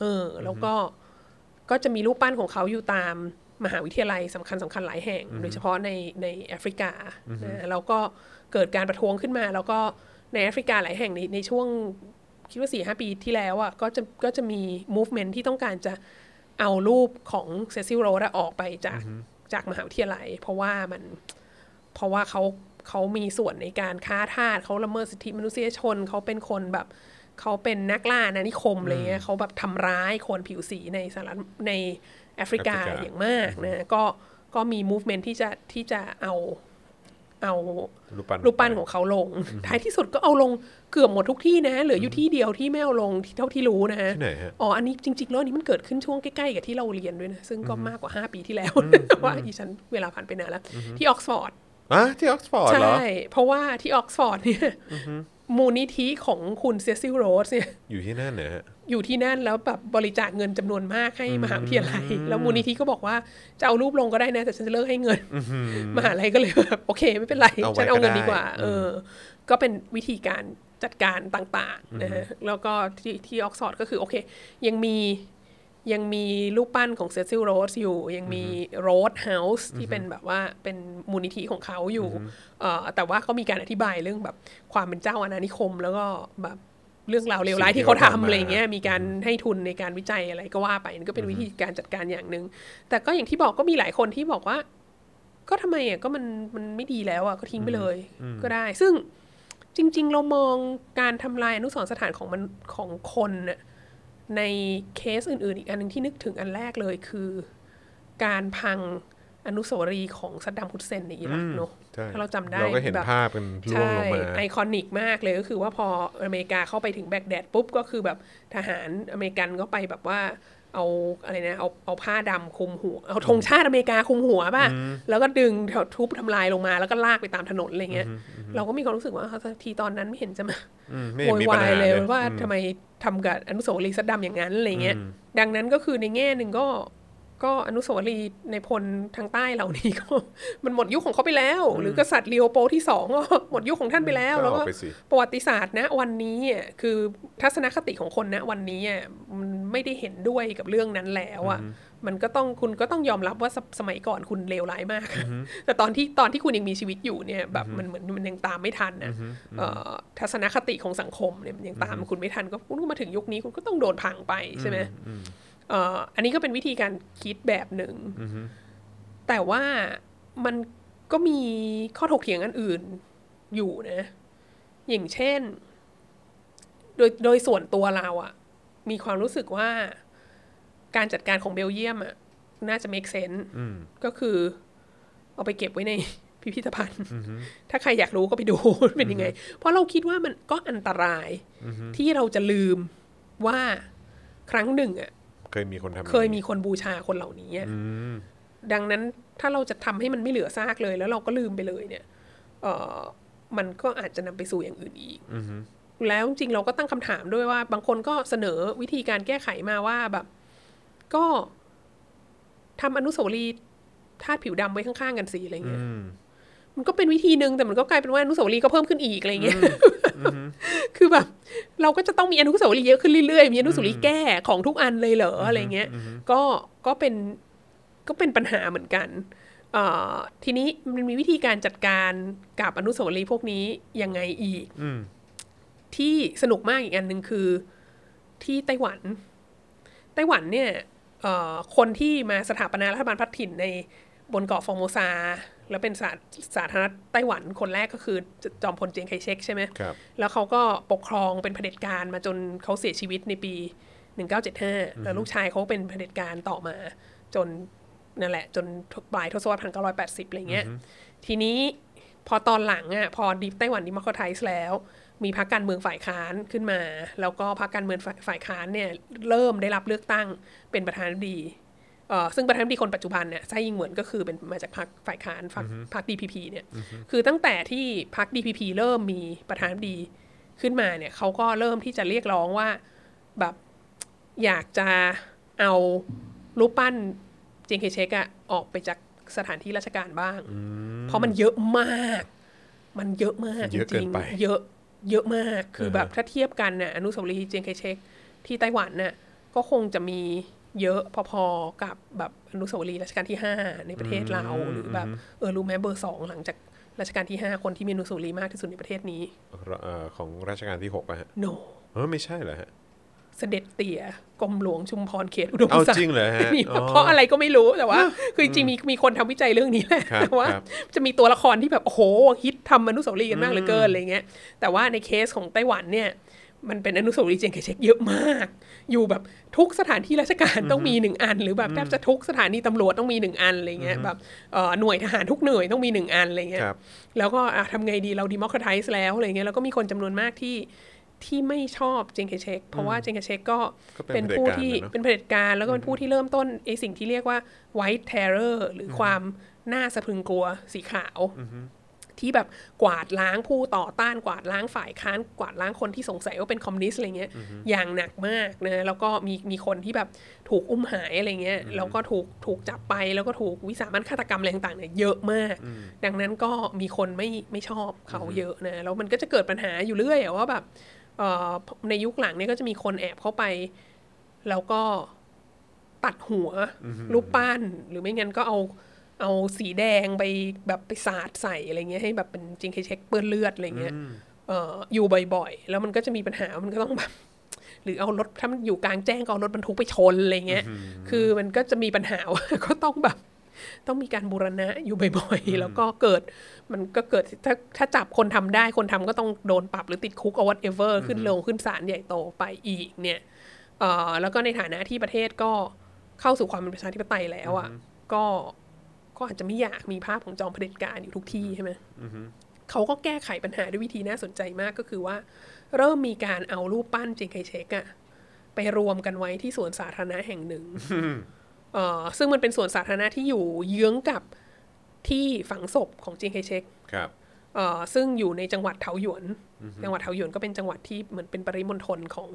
Speaker 2: เออ แล้วก็ ก็จะมีรูปปั้นของเขาอยู่ตามมหาวิทยาลัยสำคัญสำคัญหลายแห่ง โดยเฉพาะในในแอฟริกานะแล้วก็เกิดการประท้วงขึ้นมา แล้วก็ในแอฟริกาหลายแห่งในในช่วงคิดว่าสี่ห้าปีที่แล้วอ่ะก็จะก็จะมี movement ที่ต้องการจะเอารูปของเซซิลโรสออกไปจากจากมหาวิทยาลัย เพราะว่ามัน เพราะว่าเขาเขามีส่วนในการค้าทาสเขาละเมิดสิทธิมนุษยชนเขาเป็นคนแบบเขาเป็นนักล่านานิคมอะไรเงี้ยเขาแบบทำร้ายคนผิวสีในสหรัฐในแอฟริกา
Speaker 1: แอฟริกา
Speaker 2: อย่างมากนะก็ก็มี movement ที่จะที่จะเอาเอา
Speaker 1: รูปปั้น
Speaker 2: รูปปั้นของเขาลง ท้ายที่สุดก็เอาลงเกือบหมดทุกที่นะเหลืออยู่ที่เดียวที่ไม่เอาลงที่เท่าที่รู้นะฮะ
Speaker 1: ที่ไหนฮะ
Speaker 2: อ๋อ อันนี้จริงๆแล้วอันนี้มันเกิดขึ้นช่วงใกล้ๆกับที่เราเรียนด้วยนะ ซึ่งก็มากกว่า 5 ปีที่แล้วแต่ว่าอีฉันเวลาผ่านไปนานแล้ว ที่ออกซฟอร์ด
Speaker 1: อ่ะที่ออกซฟอร์ดเหรอ
Speaker 2: ใช่ เพราะว่าที่ออกซฟอร์ดเนี่ยมูลนิธิของคุณเซซิลโรสเนี่ย
Speaker 1: อยู่ที่นั่นนะฮะ
Speaker 2: อยู่ที่นั่นแล้วแบบบริจาคเงินจำนวนมากให้มหาวิทยาลัย แล้วมูลนิธิก็บอกว่าจะเอารูปลงก็ได้นะ แต่ฉันจะเลิกให้เงิน มหาลัยก็เลยแบบโอเค ไม่เป็นไร
Speaker 1: เอาไว้
Speaker 2: ฉันเอาเงิน
Speaker 1: ก็ได้
Speaker 2: ดีกว่า เออ ก็เป็นวิธีการจัดการต่างๆนะฮะแล้วก็ที่ที่ออกซฟอร์ดก็คือโอเค ยังมียังมีรูปปั้นของเซซิลโรสอยู่ ยังมีโรสเฮาส์ที่เป็นแบบว่าเป็นมูลนิธิของเขาอยู่เอ่อแต่ว่าก็มีการอธิบายเรื่องแบบความเป็นเจ้าอาณานิคม แล้วก็แบบเรื่องราวเลวร้ายที่เขาทำอะไรอย่างเงี้ย มีการให้ทุนในการวิจัยอะไรก็ว่าไปนั่นก็เป็นวิธีการจัดการอย่างหนึ่งแต่ก็อย่างที่บอกก็มีหลายคนที่บอกว่า ก็ทำไมอ่ะก็มันมันไม่ดีแล้วอ่ะก็ทิ้งไปเลย ก็ได้ ซึ่งจริง ๆ เรามองการทำลายอนุสรณ์สถานของมันของคนน่ะในเคสอื่น ๆ อีกอันหนึ่งที่นึกถึงอันแรกเลยคือ การพัง อนุสาวรีย์ของซัดดัมฮุสเซนในอิรักเนอะ
Speaker 1: ใช่
Speaker 2: ถ้าเราจำได้
Speaker 1: เราก็เห็น
Speaker 2: แบบ
Speaker 1: ภาพกันล่วงล
Speaker 2: ใช่
Speaker 1: งมา
Speaker 2: ไอคอนิกมากเลยก็คือว่าพออเมริกาเข้าไปถึงแบกแดดปุ๊บก็คือแบบทหารอเมริกันก็ไปแบบว่าเอาอะไรนะเอาเอาผ้าดำคลุมหัว เอาธงชาติอเมริกาคลุมหัวป่ะ แล้วก็ดึงแถวทุบทำลายลงมาแล้วก็ลากไปตามถนนอะไรเงี้ยเราก็มีความรู้สึกว่าเอ้าทีตอนนั้นไม่เห็นจะมา
Speaker 1: อืมไม่เห็
Speaker 2: โวน
Speaker 1: มี
Speaker 2: ย
Speaker 1: ปัญ
Speaker 2: วาย
Speaker 1: หา
Speaker 2: เล
Speaker 1: เลย ย
Speaker 2: ว่า
Speaker 1: อืม
Speaker 2: ทำไมทำกับอนุสาวรีย์ซัดดัมอย่างนั้นอะไรเงี้ย
Speaker 1: อืม
Speaker 2: ดังนั้นก็คือในแง่หนึ่งก็ก็อนุสาวรีย์ในพลทางใต้เหล่านี้ก็ มันหมดยุคของเขาไปแล้ว หรือกษัตริย์เลโอโปลด์ที่สองก็ หมดยุคของท่านไปแล้ว แล้ว
Speaker 1: อ
Speaker 2: ก็
Speaker 1: อกไปสิ
Speaker 2: ประวัติศาสตร์นะวันนี้อ่ะคือทัศนคติของคนนะวันนี้อ่ะมันไม่ได้เห็นด้วยกับเรื่องนั้นแล้วอ่ะมันก็ต้องคุณก็ต้องยอมรับว่าสสมัยก่อนคุณเลวร้ายมาก แต่ตอนที่ตอนที่คุณยังมีชีวิตอยู่เนี่ยแบบมันเหมือนมันยังตามไม่ทันนะ เอ่อทัศนคติของสังคมเนี่ยมันยังตามคุณไม่ทันก็คุณก็มาถึงยุคนี้คุณก็ต้องโดนพังไปใช่ไหม
Speaker 1: อืม
Speaker 2: เอ่ออันนี้ก็เป็นวิธีการคิดแบบหนึ่ง
Speaker 1: อืมอืม
Speaker 2: แต่ว่ามันก็มีข้อถกเถียงอันอื่นอยู่นะ อย่างเช่น โดยโดยส่วนตัวเราอะมีความรู้สึกว่าการจัดการของเบลเยียมอะน่าจะ make sense
Speaker 1: อืม
Speaker 2: ก็คือเอาไปเก็บไว้ใน พิพิธภัณฑ์ ถ้าใครอยากรู้ก็ไปดู เป็นยังไง เพราะเราคิดว่ามันก็อันตรายที่เราจะลืมว่าครั้งหนึ่งอ่ะ
Speaker 1: เคยมีคนทำ
Speaker 2: เคยมีคนบูชาคนเหล่านี้อะ
Speaker 1: อืม
Speaker 2: ดังนั้นถ้าเราจะทำให้มันไม่เหลือซากเลย แล้วเราก็ลืมไปเลยเนี่ยเออมันก็อาจจะนำไปสู่อย่างอื่นอีก
Speaker 1: อืม
Speaker 2: แล้วจริงๆเราก็ตั้งคำถามด้วยว่า บางคนก็เสนอวิธีการแก้ไขมาว่าแบบ ก็ทำอนุสาวรีย์ทาสผิวดำไว้ข้างๆกันสิอะไร
Speaker 1: อื
Speaker 2: เงี้ย
Speaker 1: ม
Speaker 2: มันก็เป็นวิธีหนึ่งแต่มันก็กลายเป็นว่าอนุสาวรีย์ก็เพิ่มขึ้นอีกอะไรเงี้ย คือแบบเราก็จะต้องมีอนุสาวรีย์เยอะขึ้นเรื่อยๆ มีอนุสาวรีย์แก้ของทุกอันเลยเหรออะไรเงี้ย ก็ก็เป็นก็เป็นปัญหาเหมือนกันเอ่อทีนี้มันมีวิธีการจัดการกับอนุสาวรีย์พวกนี้ยังไงอีก
Speaker 1: อืม
Speaker 2: ที่สนุกมากอีกอันหนึ่งคือที่ไต้หวัน ไต้หวันเนี่ยเอ่อคนที่มาสถาปนารัฐบาลพัฒถิ่นในบนเกาะฟอร์โมซา แล้วเป็นสาสาธารณรัฐไต้หวันคนแรกก็คือจอมพลเจียงไคเชกใช่ไหม
Speaker 1: ครับ
Speaker 2: แล้วเขาก็ปกครองเป็นเผด็จการมาจนเขาเสียชีวิตในปี 1975 แล้วลูกชายเขาเป็นเผด็จการต่อมา จนนั่นแหละ จนปลายทศวรรษ 1980 อะไรเงี้ย ทีนี้พอตอนหลังอ่ะพอดิไต้หวันดิมอคไทส์แล้ว มีพรรคการเมืองฝ่ายค้านขึ้นมา แล้วก็พรรคการเมืองฝ่ายฝ่ายค้านเนี่ยเริ่มได้รับเลือกตั้งเป็นประธานาธิบดีเอ่อซึ่งประธานาธิบดีคนปัจจุบันเนี่ยไส้ยิงเหมือนก็คือเป็นมาจากพรรคฝ่ายค้านพรรคพรรคดีพีพีเนี่ย คือตั้งแต่ที่พรรคดีพีพีเริ่มมีประธานาธิบดีขึ้นมาเนี่ยเขาก็เริ่มที่จะเรียกร้องว่าแบบอยากจะเอารูปปั้นเจยงเคเชกอะออกไปจากสถานที่ราชการบ้าง เพราะมันเยอะมาก มันเยอะมาก
Speaker 1: เยอะเกิน
Speaker 2: จริงๆ
Speaker 1: ไป
Speaker 2: เยอะเยอะมาก คือ
Speaker 1: เออ
Speaker 2: แบบถ้าเทียบกันน่ะอนุสาวรีย์เจียงไคเชกที่ไต้หวันน่ะก็คงจะมีเยอะพอๆกับแบบอนุสาวรีย์รัชกาลที่ 5 ในประเทศเราหรือแบบเออรู้ไหมเบอร์สองหลังจากรัชกาลที่ 5 คนที่มีอนุสาวรีย์มากที่สุดในประเทศนี้
Speaker 1: เอ่อของรัชกาลที่6อะฮะ
Speaker 2: no
Speaker 1: เออไม่ใช่เหรอฮะ
Speaker 2: เสด็จเตี่ยกรมหลวงชุมพรเขตอุดม
Speaker 1: เอา
Speaker 2: ศัก
Speaker 1: จริง
Speaker 2: ดิ์
Speaker 1: เหรอฮะ
Speaker 2: มี
Speaker 1: อ๋อ
Speaker 2: เพราะอะไรก็ไม่รู้แต่ว่า คือจริงๆมีมีคนทำวิจัยเรื่องนี้แหละ
Speaker 1: ครับ
Speaker 2: แต่ว่า
Speaker 1: ครับ
Speaker 2: จะมีตัวละครที่แบบ โอ้โห ฮิตทำอนุสาวรีย์กันมากเหลือเกินอะไรเงี้ยแต่ว่าในเคสของไต้หวันเนี่ย มันเป็นอนุสาวรีย์เจียงไคเชกเยอะมาก อยู่แบบทุกสถานที่ราชการต้องมีหนึ่งอัน หรือแบบแทบจะทุกสถานีตำรวจต้องมีหนึ่งอันอะไรเงี้ยแบบเอ่อหน่วยทหารทุกหน่วยต้องมีหนึ่งอันอะไรเงี้ย
Speaker 1: ครับ
Speaker 2: แล้วก็อ่ะทำไงดีเราดิมอคราไทส์แล้วอะไรเงี้ยแล้วก็มีคนจำนวนมากที่ที่ไม่ชอบเจยงไคเชกเพราะว่าเจยงไคเชกก็
Speaker 1: ก็เป็
Speaker 2: เป็น น
Speaker 1: เผด็จ
Speaker 2: ผู้
Speaker 1: การ
Speaker 2: ที่
Speaker 1: นะเนอะ
Speaker 2: เป็นเผด็จการแล้วก็เป็นผู้ที่เริ่มต้นไอสิ่งที่เรียกว่า white terror หรือความน่าสะพรึงกลัวสีขาว ที่แบบกวาดล้างผู้ต่อต้านกวาดล้างฝ่ายค้านกวาดล้างคนที่สงสัยว่าเป็นคอมมิวนิสต์อะไรเงี้ยอย่างหนักมากนะแล้วก็มีมีคนที่แบบถูกอุ้มหายอะไรเงี้ยแล้วก็ถูกถูกจับไปแล้วก็ถูกวิสามันฆาตกรรมอะไรต่างๆเนี่ยเยอะมาก ดังนั้นก็มีคนไม่ไม่ชอบเขาเยอะนะแล้วมันก็จะเกิดปัญหาอยู่เรื่อยอะว่าแบบเอ่อในยุคหลังเนี่ยก็จะมีคนแอบเข้าไป แล้วก็ตัดหัวรูปปั้น หรือไม่งั้นก็เอาเอาสีแดงไปแบบไปสาดใส่อะไรเงี้ยให้แบบเป็นจริงเคเช็คเปื้อนเลือดอะไรเงี้ยเอ่ออยู่บ่อยๆ แล้วมันก็จะมีปัญหามันก็ต้องแบบ หรือเอารถถ้ามันอยู่กลางแจ้งก็เอารถบรรทุกไปชนอะไรเงี้ยคือมันก็จะมีปัญหา ว่า ก็ต้องแบบ ต้องมีการบูรณะอยู่บ่อยๆ แล้วก็เกิดมันก็เกิดถ้าถ้าจับคนทำได้คนทำก็ต้องโดนปรับหรือติดคุกเอา whatever ขึ้นลงขึ้นศาลใหญ่โตไปอีกเนี่ย เอ่อแล้วก็ในฐานะที่ประเทศก็เข้าสู่ความเป็นประชาธิปไตยแล้วอะ่ะก็ ก็อาจจะไม่อยากมีภาพของจอมเผด็จการอยู่ทุกที่ใช่ไหมเขาก็แก้ไขปัญหาด้วยวิธีน่าสนใจมากก็คือว่า เริ่มมีการเอารูปปั้นจิงไคเชกอะไปรวมกันไว้ที่สวนสาธารณะแห่งหนึ่งเอ่อซึ่งมันเป็นสวนสาธารณะที่อยู่เยื้องกับที่ฝังศพของจิงไคเชก
Speaker 1: ครับ
Speaker 2: เอ่อซึ่งอยู่ในจังหวัดเถาหยวน จังหวัดเถาหยวนก็เป็นจังหวัดที่เหมือนเป็นปริมณฑลของ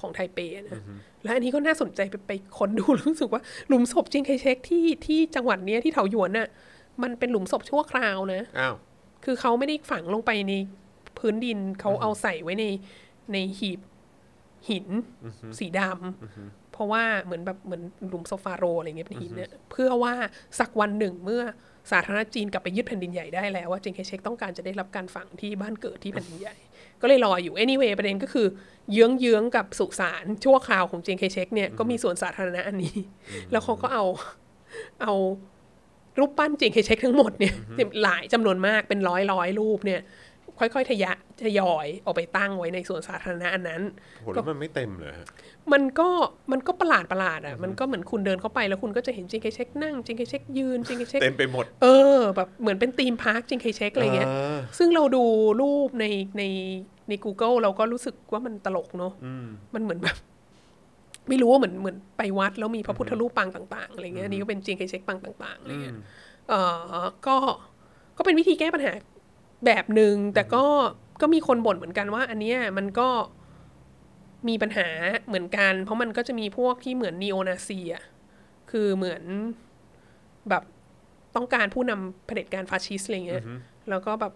Speaker 2: ของไทเปนะและอันนี้ก็น่าสนใจไปไปค้นดู รู้สึกว่าหลุมศพจิงไคเชกที่ที่จังหวัดเนี้ยที่เถาหยวนน่ะมันเป็นหลุมศพชั่วคราวนะ
Speaker 1: อ้าว
Speaker 2: คือเขาไม่ได้ฝังลงไปในพื้นดินเขาเอาใส่ไว้ในในหีบหินสีดำเพราะว่าเหมือนแบบเหมือนหลุมโซฟาโรอะไรเงี้ยเป็นหินเนี่ยเพื่อว่าสักวันหนึ่งเมื่อสาธารณรัฐจีนกลับไปยึดแผ่นดินใหญ่ได้แล้วว่าจิงไคเชกต้องการจะได้รับการฝังที่บ้านเกิดที่แผ่นดินใหญ่ ก็เลยลอยอยู่ anyway ประเด็นก็คือ เยื้องเยื้องๆกับสุสานชั่วคราวของจิงไคเชกเนี่ยก็มีส่วนสาธารณะอันนี้ แล้วเขาก็เอาเอา รูปปั้นจริงเคเช็คทั้งหมดเนี่ยหลายจำนวนมากเป็นร้อยร้อยรูปเนี่ย ค่อยๆทยะทยอยเออกไปตั้งไว้ในส่วนสาธารณะอันนั้น
Speaker 1: ผลวมันไม่เต็มเลย
Speaker 2: มันก็มันก็ประหลาดประหลาดอ่ะมันก็เหมือนคุณเดินเข้าไปแล้วคุณก็จะเห็นจริงเคเช็คนั่งจริงเคเช็คยืนจริงเคเช็ค
Speaker 1: เต็มไปหมด
Speaker 2: เออแบบเหมือนเป็นธีมพาร์คจริงเคเช็คอะไรเงี้ย
Speaker 1: า
Speaker 2: ซึ่งเราดูรูปในในใน Google เราก็รู้สึกว่ามันตลกเนอะมันเหมือนแบบ ไม่รู้ว่าเหมือนเหมือนไปวัดแล้วมีพระพุทธรูปปางต่างๆอะไรเงี้ยอันนี่ก็เป็นจีนเคเช็คปางต่างๆอะไรเงี้ยเออก็ก็เป็นวิธีแก้ปัญหาแบบหนึ่งแต่ก็ก็มีคนบ่นเหมือนกันว่า อันเนี้ยมันก็มีปัญหาเหมือนกัน เพราะมันก็จะมีพวกที่เหมือนนีโอนาซีอ่ะคือเหมือนแบบต้องการผู้นำเผด็จการฟาสชิสต์อะไรเงี้ยแล้วก็แบบ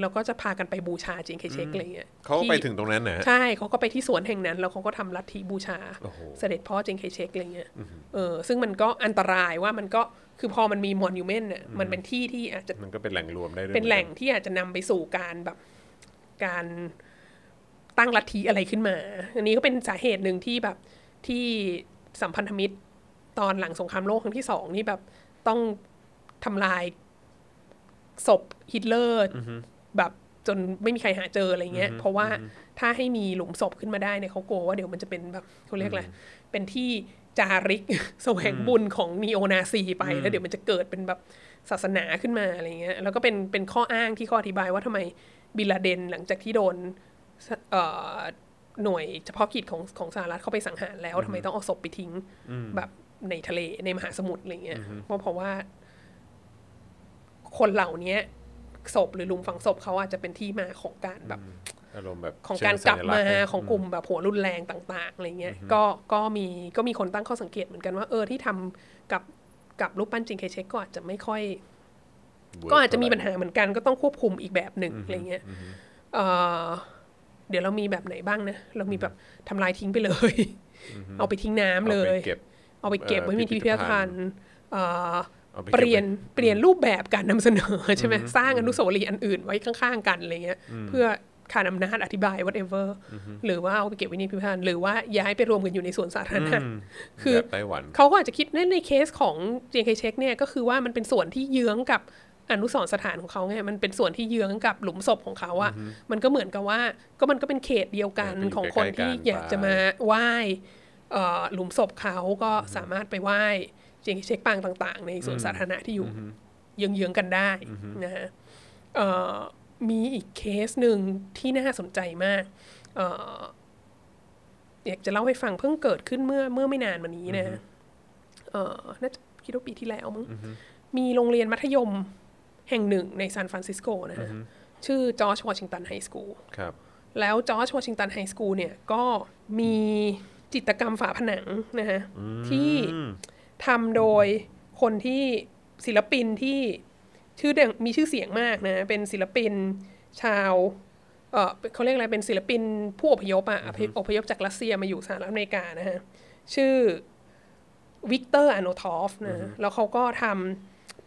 Speaker 2: แล้วก็จะพากันไปบูชาจิงเคเช็กอะไรเงี้ย
Speaker 1: เขาไป
Speaker 2: ที่
Speaker 1: ถึงตรงนั้นนะฮะ
Speaker 2: ใช่เขาก็ไปที่สวนแห่งนั้น แล้วเขาก็ทำลัทธิบูชา
Speaker 1: โอ้โห
Speaker 2: เสด็จพ่อจิงเคเช็กอะไรเงี้ยเออซึ่งมันก็อันตรายว่ามันก็คือพอมันมีมอน u m เมนต์เนี่ยมันเป็นที่ที่อาจจะ
Speaker 1: มันก็เป็นแหล่งรวมได้ด้วย
Speaker 2: เป็นแหล่งที่อาจจะนำไปสู่การแบบการตั้งลัทธิอะไรขึ้นมา อันนี้ก็เป็นสาเหตุหนึ่งที่แบบที่สัมพันธมิตรตอนหลังสงครามโลกครั้งที่สองนี่แบบต้องทำลายศพฮิตเลอร์
Speaker 1: อือฮึ
Speaker 2: แบบจนไม่มีใครหาเจออะไรเงี้ย เพราะว่าถ้าให้มีหลุมศพขึ้นมาได้เนี่ยเขากลัวว่าเดี๋ยวมันจะเป็นแบบเขาเรียกอะไร เป็นที่จาริก แสวงบุญของนีโอนาซีไป แล้วเดี๋ยวมันจะเกิดเป็นแบบศาสนาขึ้นมาอะไรเงี้ย แล้วก็เป็นเป็นข้ออ้างที่ข้ออธิบายว่าทำไมบินลาเดนหลังจากที่โดนเอ่อหน่วยเฉพาะกิจของของสหรัฐเข้าไปสังหารแล้วทำไมต้องเอาศพไปทิ้งแบบในทะเลในมหาสมุทรอะไรเงี้ยเพราะเพราะว่า คนเหล่านี้ศพหรือหลุมฝังศพเขาอาจจะเป็นที่มาของการแบบ
Speaker 1: อารมณ์แบบ
Speaker 2: ของการกลับมา
Speaker 1: เชิสัญษณ์
Speaker 2: ของกลุ่มแบบหัวรุนแรงต่างๆอะไรเงี้ยก็ก็มีก็มีคนตั้งข้อสังเกตเหมือนกันว่าเออที่ทำกับกับรูปปั้นจิงเคเชกก็อาจจะไม่ค่อย
Speaker 1: เวิร์
Speaker 2: ก็อาจจะมีปัญหาเหมือนกันก็ต้องควบคุมอีกแบบหนึ่งอะไรเงี้ยเอ่อเดี๋ยวเรามีแบบไหนบ้างนะ เรามีแบบทำลายทิ้งไปเลย เอาไปทิ้งน้ำเลย
Speaker 1: อาไปเก็บ
Speaker 2: เอาไปเก็บไว้
Speaker 1: เอ่อ
Speaker 2: มีที่พิพิธภัณฑ์เอ่อ
Speaker 1: เอาไปเก็บ
Speaker 2: เปลี่ยน
Speaker 1: ไว้
Speaker 2: เปลี่ยนรูปแบบการนำเสนอใช่ไหมสร้างอนุสาวรีย์อันอื่นไว้ข้างๆกันอะไรเงี้ยเพื่อการอำนาจอธิบาย whatever หรือว่าเอาไปเก็บไว้ในพิพิธภัณฑ์หรือว่าย้ายไปรวมกันอยู่ในสวนสาธารณะคือ
Speaker 1: แบบไต้หวัน
Speaker 2: เขาก็อาจจะคิดในในเคสของ JK Check เนี่ยก็คือว่ามันเป็นส่วนที่เยื้องกับอนุสรณ์สถานของเขาไงมันเป็นส่วนที่เยื้องกับหลุมศพของเขาอะมันก็เหมือนกับว่าก็มันก็เป็นเขตเดียวกัน
Speaker 1: เออเป็น
Speaker 2: ของคน
Speaker 1: ใกล้ๆกัน
Speaker 2: ที่อยากจะมาไหว้เอ่อหลุมศพเขาก็สามารถไปไหว้ JK Check ปางต่าง ๆ ในส่วนสาธารณะที่อยู่เยื้องๆกันได้นะฮะเอ่อมีอีกเคสหนึ่งที่น่าสนใจมากเอ่ออยากจะเล่าให้ฟังเพิ่งเกิดขึ้นเมื่อเมื่อไม่นานมานี้นะฮะ เออน่าจะคิดว่าปีที่แล้วมั้งมีโรงเรียนมัธยมแห่งหนึ่งในซานฟรานซิสโกนะฮะ ชื่อจอร์จวอชิงตันไฮสคูล
Speaker 1: ครับ
Speaker 2: แล้วจอร์จวอชิงตันไฮสคูลเนี่ยก็มีจิตรกรรมฝาผนังนะฮะ ที่ทำโดยคนที่ศิลปินที่ชื่อเด่งมีชื่อเสียงมากนะ เป็นศิลปินชาวเออเขาเรียกอะไรเป็นศิลปินผู้อพยพอะอพยอพยพจากรัสเซียมาอยู่สหรัฐอเมริกานะฮะ ชื่อวิกเตอร์อโนทอฟนะแล้วเขาก็ทำ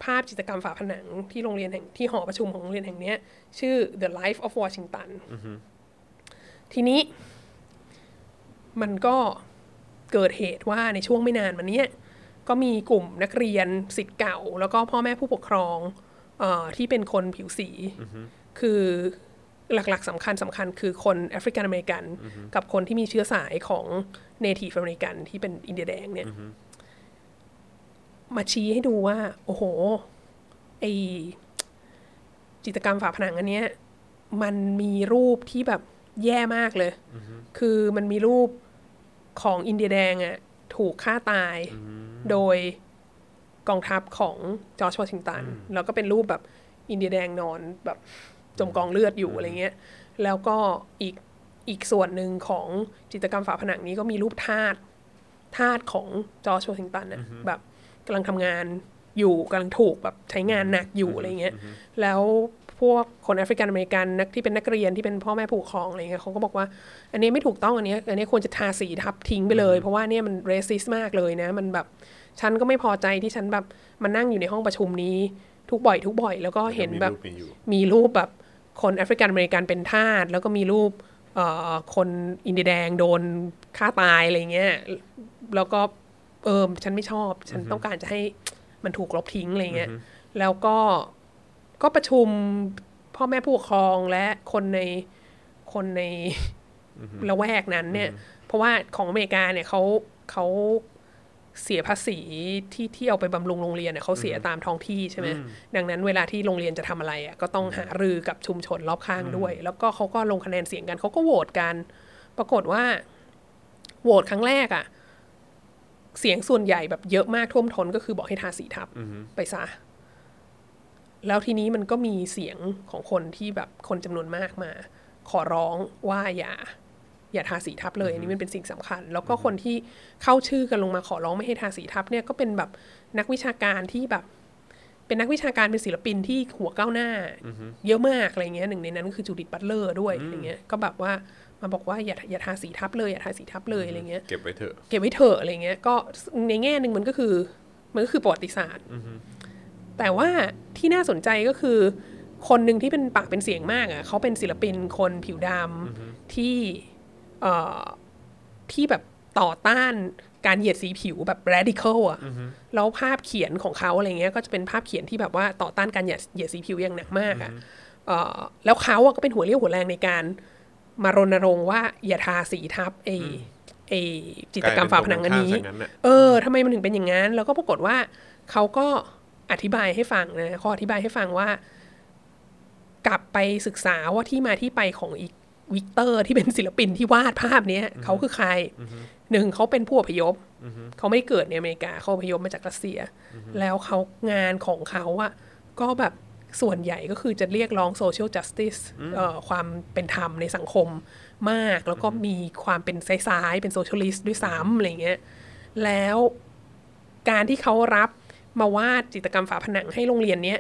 Speaker 2: ภาพจิตรกรรมฝาผนังที่โรงเรียนแห่งที่หอประชุมของโรงเรียนแห่งเนี้ย ชื่อ The Life of Washington ทีนี้ มันก็เกิดเหตุว่าในช่วงไม่นานมาเนี้ยก็มีกลุ่มนักเรียนสิทธิ์เก่า แล้วก็พ่อแม่ผู้ปกครองเออที่เป็นคนผิวสี คือหลักๆสำคัญสำคัญคือคนแอฟริกันอเมริกัน กับคนที่มีเชื้อสายของเนทีฟอเมริกันที่เป็นอินเดียแดงเนี่ย มาชี้ให้ดูว่า โอ้โห ไอจิตรกรรมฝาผนังอันเนี้ย มันมีรูปที่แบบแย่มากเลย คือมันมีรูปของอินเดียแดงอะถูกฆ่าตายโดยกองทัพของจอร์จวอชิงตัน แล้วก็เป็นรูปแบบอินเดียแดงนอนแบบจมกองเลือดอยู่อะไรเงี้ย แล้วก็อีกอีกส่วนหนึ่งของจิตรกรรมฝาผนังนี้ก็มีรูปทาส ทาสของจอร์จวอชิงตันน่ะแบบกำลังทำงานอยู่กำลังถูกแบบใช้งานหนักอยู่อะไรเงี้ยแล้วพวกคนแอฟริกันอเมริกันนักที่เป็นนักเรียนที่เป็นพ่อแม่ผู้ปกครองอะไรเงี้ยเขาก็บอกว่า อันนี้ไม่ถูกต้องอันนี้อันนี้ควรจะทาสีทับทิ้งไปเลย เพราะว่าเนี่ยมันเรสซิสมากเลยนะ มันแบบฉันก็ไม่พอใจที่ฉันแบบมันนั่งอยู่ในห้องประชุมนี้ทุกบ่อย ทุกบ่อย แล้วก็เห็นแบบ
Speaker 1: มีรูปนี้อยู่
Speaker 2: มีรูปแบบคนแอฟริกันอเมริกันเป็นทาสแล้วก็มีรูปเอ่อคนอินเดียแดงโดนฆ่าตายอะไรเงี้ยแล้วก็เออฉันไม่ชอบ ฉันต้องการจะให้มันถูกลบทิ้งอะไรเงี้ยแล้วก็ก็ประชุมพ่อแม่ผู้ปกครองและคนในคนในละแวกนั้นเนี่ย เพราะว่าของอเมริกาเนี่ยเขาเขาเสียภาษีที่ที่เอาไปบำรุงโรงเรียนเนี่ยเขาเสียตามท้องที่ใช่ไหมดังนั้นเวลาที่โรงเรียนจะทำอะไรอ่ะก็ต้องหารือกับชุมชนรอบข้างด้วย แล้วก็เขาก็ลงคะแนนเสียงกันเขาก็โหวตกัน ปรากฏว่าโหวตครั้งแรกอ่ะ เสียงส่วนใหญ่แบบเยอะมากท่วมท้นก็คือบอกให้ทาสีทับไปซะ แล้วทีนี้มันก็มีเสียงของคนที่แบบคนจำนวนมากมา ขอร้องว่าอย่า อย่าทาสีทับเลยอันนี้มันเป็นสิ่งสำคัญ แล้วก็คนที่เข้าชื่อกันลงมาขอร้องไม่ให้ทาสีทับเนี่ยก็เป็นแบบนักวิชาการที่แบบ เป็นนักวิชาการเป็นศิลปินที่หัวก้าวหน้า เยอะมากอะไรเงี้ยหนึ่งในนั้นก็คือจูดิตบัตเลอร์ด้วยอะไรเงี้ยก็แบบว่ามาบอกว่าอย่าอย่าทาสีทับเลยอย่าทาสีทับเลยอะไรเงี้ย
Speaker 1: เก็บไว้เถอะ
Speaker 2: เก็บไว้เถอะอะไรเงี้ย ก็ในแง่หนึ่งมันก็คือ มันก็คือประวัติศาสตร์ แต่ว่าที่น่าสนใจก็คือ คนหนึ่งที่เป็นปากเป็นเสียงมากอะ่ะเขาเป็นศิลปินคนผิวดำที่เอ่อที่แบบต่อต้านการเหยียดสีผิวแบบ radical อะ่ะแล้วภาพเขียนของเขาอะไรเงี้ยก็จะเป็นภาพเขียนที่แบบว่าต่อต้านการเหยียดเหยียดสีผิวอย่างหนักมากอะ่ะเอ่อแล้วเขาอะก็เป็นหัวเรี่ยวหัวแรงในการ มารณรงค์ว่าอย่าทาสีทับไอ้ไอ้จิตรกรรมฝาผนังอันนี้
Speaker 1: กลายเป็นตรงกันข้ามซะงั้นน่ะ
Speaker 2: เออทำไมมันถึงเป็นอย่างนั้น แล้วก็ปรากฏว่าเขาก็อธิบายให้ฟังนะเขาอธิบายให้ฟังว่า กลับไปศึกษาว่าที่มาที่ไปของอีกวิกเตอร์ที่เป็นศิลปินที่วาดภาพเนี้ยเขาคือใครหนึ่งเขาเป็นผู้อพยพเขาไม่ได้เกิดในอเมริกาเขาอพยพมาจากรัสเซีย แล้วเขางานของเขาอะก็แบบส่วนใหญ่ก็คือจะเรียกร้องโซเชียลจัสติสความเป็นธรรมในสังคมมาก แล้วก็มีความเป็นซ้ายๆเป็นโซเชียลิสต์ด้วยซ้ำอะไรเงี้ย แล้วการที่เขารับมาวาดจิตรกรรมฝาผนังให้โรงเรียนเนี้ย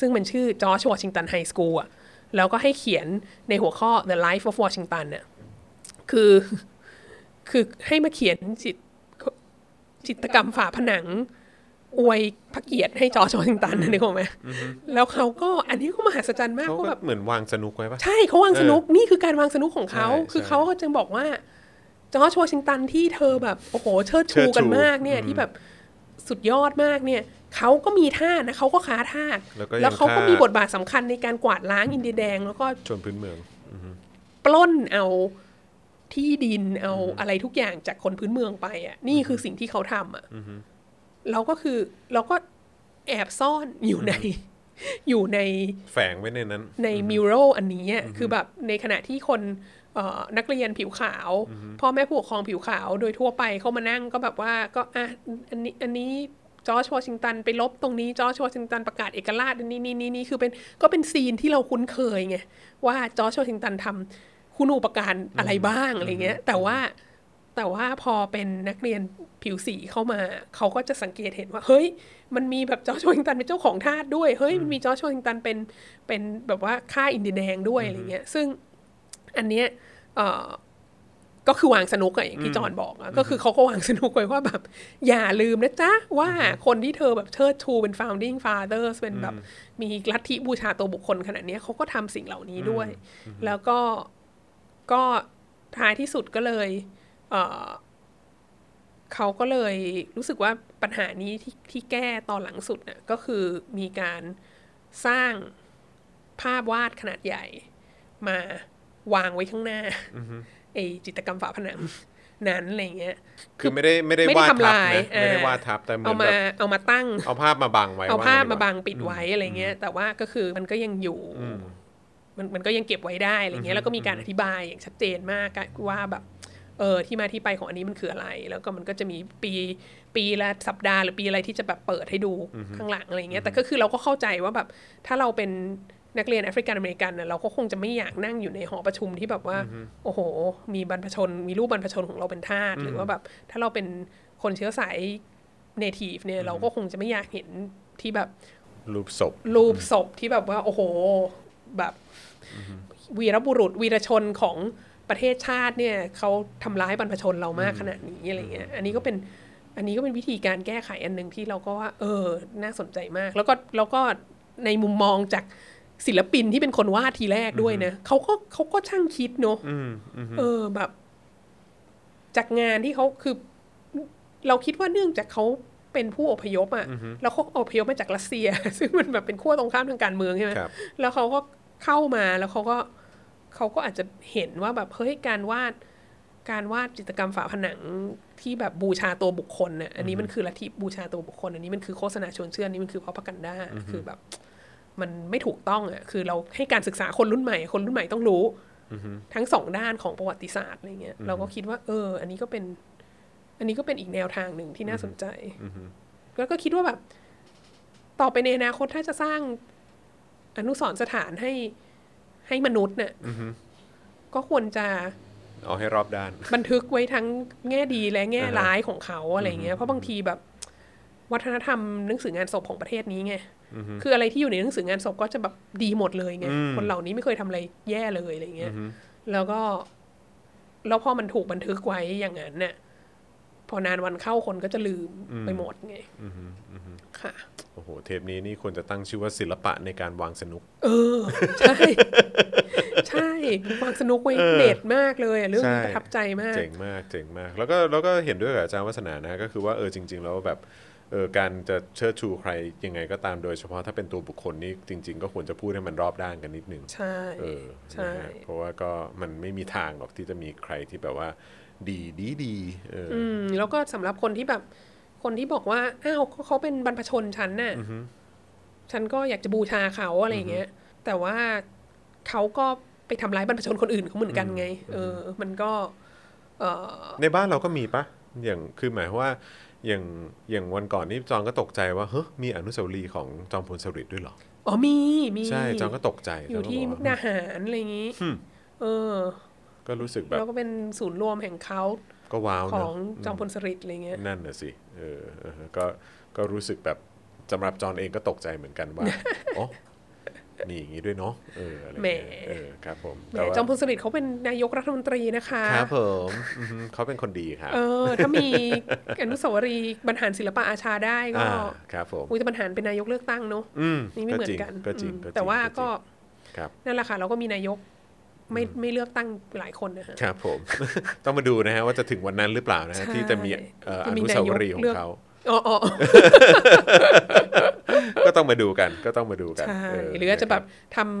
Speaker 2: ซึ่งมันชื่อจอร์จวอชิงตันไฮสคูลอ่ะ แล้วก็ให้เขียนในหัวข้อ The Life of Washington น่ะคือ คือให้มาเขียนจิตจิตรกรรมฝาผนัง อวยพระเกียรติให้จอร์จวอชิงตันนะนึกออกไหมแล้วเขาก็อันนี้ก็มหัศจรรย์มาก
Speaker 1: เขา
Speaker 2: ก็
Speaker 1: ก็
Speaker 2: แบบ
Speaker 1: เหมือนวางสนุกไว้ปะ
Speaker 2: ใช่เขาวางสนุกนี่คือการวางสนุกของเขา
Speaker 1: ใช่
Speaker 2: คือ
Speaker 1: ใช่
Speaker 2: เขาก็จะบอกว่าจอร์จวอชิงตันที่เธอแบบโอ้โหเชิดชู
Speaker 1: เชิดชู
Speaker 2: กันมากเนี่ยที่แบบสุดยอดมากเนี่ยเขาก็มีท่านะเขาก็ค้าท่าส
Speaker 1: แล้วก็ยัง
Speaker 2: แล้วเขาก็มี
Speaker 1: ค้า
Speaker 2: บทบาทสำคัญในการกวาดล้างอินเดียแดง แล้วก็
Speaker 1: ชนพื้นเมือง
Speaker 2: ปล้นเอาที่ดินเอาอะไรทุกอย่างจากคนพื้นเมืองไปอ่ะนี่คือสิ่งที่เขาทำอ่ะเราก็คือเราก็แอบซ่อนอยู่ในอยู่ใน
Speaker 1: แฝงไว้ในนั้น
Speaker 2: ในมิวโรอันนี้อะคือแบบในขณะที่คนเอ่อนักเรียนผิวขาว พ่อแม่ผู้ปกครองผิวขาวโดยทั่วไปเขามานั่งก็แบบว่าก็อ่ะอันนี้อันนี้จอร์จวอชิงตันไปลบตรงนี้จอร์จวอชิงตันประกาศเอกราชอันนี้นี่นี่นี่คือเป็นก็เป็นซีนที่เราคุ้นเคยไงว่าจอร์จวอชิงตันทำคุณูปการอะไรบ้างอะไรเงี้ยแต่ว่าแต่ว่าพอเป็นนักเรียนผิวสีเข้ามา เขาก็จะสังเกตเห็นว่า เฮ้ย มันมีแบบจอร์จวอชิงตันเป็นเจ้าของทาสด้วยเฮ้ยมันมีจอร์จวอชิงตันเป็น เป็นแบบว่าค่าอินเดียแดงด้วยอะไรเงี้ย ซึ่งอันเนี้ยเอ่อก็คือวางสนุกอะอย่างที่จอห์นบอกอะก็คือเขาก็วางสนุกไว้ว่าแบบ อย่าลืมนะจ๊ะ ว่าคนที่เธอแบบเชิดชูเป็น founding fathers เป็นแบบ มีลัทธิบูชาตัวบุคคลขนาดเนี้ยเขาก็ทำสิ่งเหล่านี้ด้วย แล้วก็ก็ท้ายที่สุดก็เลยเอ่อเขาก็เลยรู้สึกว่าปัญหานี้ที่ที่แก้ตอนหลังสุดน่ะก็คือมีการสร้าง ภาพวาดขนาดใหญ่มาวางไว้ข้างหน้าไอจิตรกรรมฝาผนัง นั้นอะไรอย่างเงี้ย
Speaker 1: คือไม่ได้ไม่ได้
Speaker 2: ไม่ได้
Speaker 1: วาดทั
Speaker 2: ทำ
Speaker 1: บ
Speaker 2: ลาย
Speaker 1: นะ
Speaker 2: อ่า
Speaker 1: ไม่ได้วาดทับแต่เหมื
Speaker 2: เอา
Speaker 1: อน
Speaker 2: มา
Speaker 1: แบบ
Speaker 2: เอามาตั้ง
Speaker 1: เอาภาพมาบังไว้
Speaker 2: เอา
Speaker 1: ว่
Speaker 2: ภาพ
Speaker 1: นดีกว่
Speaker 2: มาบังปิดไว้อะไรเงี้ย แต่ว่าก็คือมันก็ยังอยู่
Speaker 1: อืม
Speaker 2: มันมันก็ยังเก็บไว้ได้อะไรเงี้ยแล้วก็มีการอธิบายอย่างชัดเจนมากว่าแบบเออที่มาที่ไปของอันนี้มันคืออะไร แล้วก็มันก็จะมีปีปีละสัปดาห์หรือปีอะไรที่จะแบบเปิดให้ดูข้างหลังอะไรเงี้ยแต่ก็คือเราก็เข้าใจว่าแบบถ้าเราเป็นนักเรียนแอฟริกันอเมริกันน่ะเราก็คงจะไม่อยากนั่งอยู่ในหอประชุมที่แบบว่า โอ้โห มีบรรพชน มีรูปบรรพชนของเราเป็นทาสหรือว่าแบบถ้าเราเป็นคนเชื้อสายเนทีฟเนี่ยเราก็คงจะไม่อยากเห็นที่แบบ
Speaker 1: รูปศพ
Speaker 2: รูปศพที่แบบว่า โอ้โห แบบวีรบุรุษวีรชนของประเทศชาติเนี่ยเขาทำร้ายบรรพชนเรามากขนาดนี้อะไรเงี้ยอันนี้ก็เป็นอันนี้ก็เป็นวิธีการแก้ไขอันหนึ่งที่เราก็ว่า เออ น่าสนใจมาก แล้วก็แล้วก็ในมุมมองจากศิลปินที่เป็นคนวาดทีแรกด้วยนะเขาก็เขาก็ช่างคิดเนอะ
Speaker 1: อืมอืม
Speaker 2: เออแบบ จากงานที่เขาคือ เราคิดว่าเนื่องจากเขาเป็นผู้อพยพอะ่ะแล้วเขาอพยพมาจากรัสเซีย ซึ่งมันแบบเป็นขั้วตรงข้ามทางการเมืองใช่ไหม
Speaker 1: ครับ
Speaker 2: แล้วเขาก็เข้ามาแล้วเขาก็เขาก็อาจจะเห็นว่าแบบเฮ้ยการวาด การวาดจิตรกรรมฝาผนังที่แบบบูชาตัวบุคคลเนี่ยอันนี้มันคือลัทธิบูชาตัวบุคคล อันนี้มันคือโฆษณาชวนเชื่ออันนี้มันคือพ r o p a g a n d a คือแบบ มันไม่ถูกต้องอ่ะคือเราให้การศึกษาคนรุ่นใหม่ คนรุ่นใหม่ต้องรู้ทั้งสองด้านของประวัติศาสตร์อะไรเงี้ยเราก็คิดว่า เออ อันนี้ก็เป็น อันนี้ก็เป็นอีกแนวทางหนึ่งที่น่าสนใจ แล้วก็คิดว่าแบบ ต่อไปในอนาคตถ้าจะสร้างอนุสรณ์สถานให้ให้มนุษย์เนี่ยก็ควรจะ
Speaker 1: เอาให้รอบด้าน
Speaker 2: บันทึกไว้ทั้งแง่ดีและแง่
Speaker 1: อ่าฮะ
Speaker 2: ร้ายของเขาอะไรเงี้ย เพราะบางทีแบบ วัฒนธรรมหนังสืองานศพของประเทศนี้ไง คืออะไรที่อยู่ในหนังสืองานศพก็จะแบบดีหมดเลยไง คนเหล่านี้ไม่เคยทำอะไรแย่เลยอะไรเงี้ย แล้วก็ แล้วพอมันถูกบันทึกไว้อย่างนั้นเนี่ยพอนานวันเข้าคนก็จะลืมไปหมดไงค่ะ
Speaker 1: โอ้โห เทปนี้นี่ควรจะตั้งชื่อว่าศิลปะในการวางสนุก
Speaker 2: เออ ใช่ ใช่ฟังสนุกไว้เด็ดมากเลยอะเรื่องนี้
Speaker 1: ใช่
Speaker 2: ประทับใจมาก
Speaker 1: เจ๋งมากเจ๋งมาก แล้วก็แล้วก็เห็นด้วยกับอาจารย์วัฒนานะก็คือว่าเออจริง ๆ แล้วแบบเออการจะเชิดชูใครยังไงก็ตามโดยเฉพาะถ้าเป็นตัวบุคคลนี่จริง ๆ ก็ควรจะพูดให้มันรอบด้านกันนิดนึง
Speaker 2: ใช่
Speaker 1: เออ
Speaker 2: ใช่
Speaker 1: นะฮะเพราะว่าก็มันไม่มีทางหรอกที่จะมีใครที่แบบว่า ดีดีดีเอออ
Speaker 2: อืมแล้วก็สำหรับคนที่แบบคนที่บอกว่าอ้าวเขาเป็นบรรพชนฉันน่ะฉันก็อยากจะบูชาเขาอะไรอย่างเงี้ย แต่ว่าเขาก็ไปทำร้ายบรรพชนคนอื่นเขาเหมือนกันไง เออ มันก็ เออ
Speaker 1: ในบ้านเราก็มีปะอย่างคือหมายความว่าอย่างอย่างวันก่อนนี่จองก็ตกใจว่าเฮ้ยมีอนุสาวรีย์ของจอมพลสฤษดิ์ด้วยเหรอ
Speaker 2: อ๋อมีมี
Speaker 1: ใช่จองก็ตกใจ
Speaker 2: อยู่ที่
Speaker 1: จง
Speaker 2: มุ
Speaker 1: บ
Speaker 2: ก
Speaker 1: ว่
Speaker 2: ดาหารอะไรอย่างงี้เออ
Speaker 1: ก็รู้สึกแบบ
Speaker 2: แล้วก็เป็นศูนย์รวมแห่งเขา
Speaker 1: ก็ว้าว
Speaker 2: ข
Speaker 1: เน
Speaker 2: อ
Speaker 1: อะ
Speaker 2: งจอมพลสฤษดิ์อะไรเงี้ย
Speaker 1: นั่นน่ะสิเออเออก็ก็รู้สึกแบบสำหรับจอนเองก็ตกใจเหมือนกัน ว่าอ๋อมีอย่างนี้ด้วยเนาะเอออะไรอย่าง
Speaker 2: แหม
Speaker 1: เงี้ยเออครับผม
Speaker 2: แหม
Speaker 1: แต่ว่า
Speaker 2: จอมพลสฤษดิ์เขาเป็นนายกรัฐมนตรีนะคะ
Speaker 1: ครับผมอือฮึเขาเป็นคนดีครับ
Speaker 2: เออ ถ้ามีอนุสาวรีย์บรรหารศิลปะอาชาได้ก็
Speaker 1: อ่าครับผม
Speaker 2: อุยแต่บรรหารเป็นนายกเลือกตั้งเนอะ
Speaker 1: อืม
Speaker 2: นี่ไม่เหมือ
Speaker 1: จริ
Speaker 2: น
Speaker 1: ง
Speaker 2: กัน
Speaker 1: ก็จริง
Speaker 2: อืม
Speaker 1: ก็จริง
Speaker 2: แต่ว่าก็
Speaker 1: จริงครับ
Speaker 2: นั่นแหละค่ะเราก็มีนายกไม่ไม่เลือกตั้งหลายคนนะฮะ
Speaker 1: ครับผม ต้องมาดูนะฮะว่าจะถึงวันนั้นหรือเปล่านะฮะ
Speaker 2: ใช่
Speaker 1: ที่จะมีเอ่ออ
Speaker 2: จะมี
Speaker 1: นุสาวรีย์ขอนง
Speaker 2: ายกเลือก
Speaker 1: เขา
Speaker 2: อ๋ออ๋อ
Speaker 1: ก็ต้องมาดูกันก็ต้องมาดูกัน
Speaker 2: ใช่
Speaker 1: เห
Speaker 2: รืออาจจะแบบทำ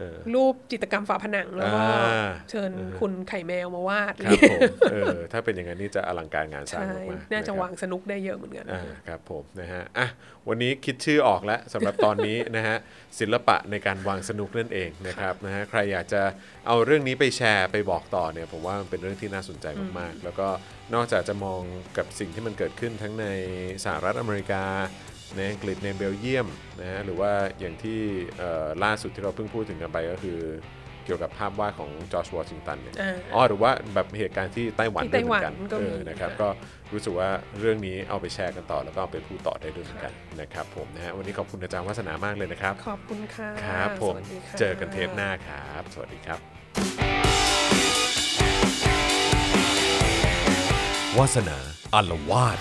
Speaker 1: เออ
Speaker 2: รูปจิตรกรรมฝาผนังแล้วก็
Speaker 1: อ่า
Speaker 2: เชิญคุณไข่แมวมาวาด
Speaker 1: ครับผมเออถ้าเป็นอย่างนั้นนี่จะอลังการงานสร้าง
Speaker 2: ใช่
Speaker 1: มากๆ
Speaker 2: น่าจะ
Speaker 1: ครับ
Speaker 2: วางสนุกได้เยอะเหมือนกัน
Speaker 1: อ่าครับผมนะฮะอ่ะวันนี้คิดชื่อออกแล้วสำหรับตอนนี้ นะ ฮะศิลปะในการวางสนุกนั่นเองนะครับนะฮะใครอยากจะเอาเรื่องนี้ไปแชร์ไปบอกต่อเนี่ยผมว่ามันเป็นเรื่องที่น่าสนใจมากๆ แล้วก็นอกจากจะมองกับสิ่งที่มันเกิดขึ้นทั้งในสหรัฐอเมริกา ในอังกฤษในเบลเยียมนะฮะหรือว่าอย่างที่เอ่อล่าสุดที่เราเพิ่งพูดถึงกันไปก็คือเกี่ยวกับภาพวาดของจอชวอชิงตันเนี่ย
Speaker 2: อ่า
Speaker 1: อ๋อหรือว่าแบบเหตุการณ์ที่ไต้หวัน
Speaker 2: ที่ไต้หวันก็มี
Speaker 1: เออนะครับก็รู้สึกว่าเรื่องนี้เอาไปแชร์กันต่อ แล้วก็เอาไปพูดต่อได้ด้วยเหมือนกันนะครับผมนะฮะวันนี้ขอบคุณอาจารย์วัฒนามากเลยนะครับ
Speaker 2: ขอบคุณค่ะ
Speaker 1: ครับผม
Speaker 2: สวัสดีค่ะ
Speaker 1: เจอกันเทปหน้าครับ สวัสดีครับ
Speaker 3: วาสนาอารวาส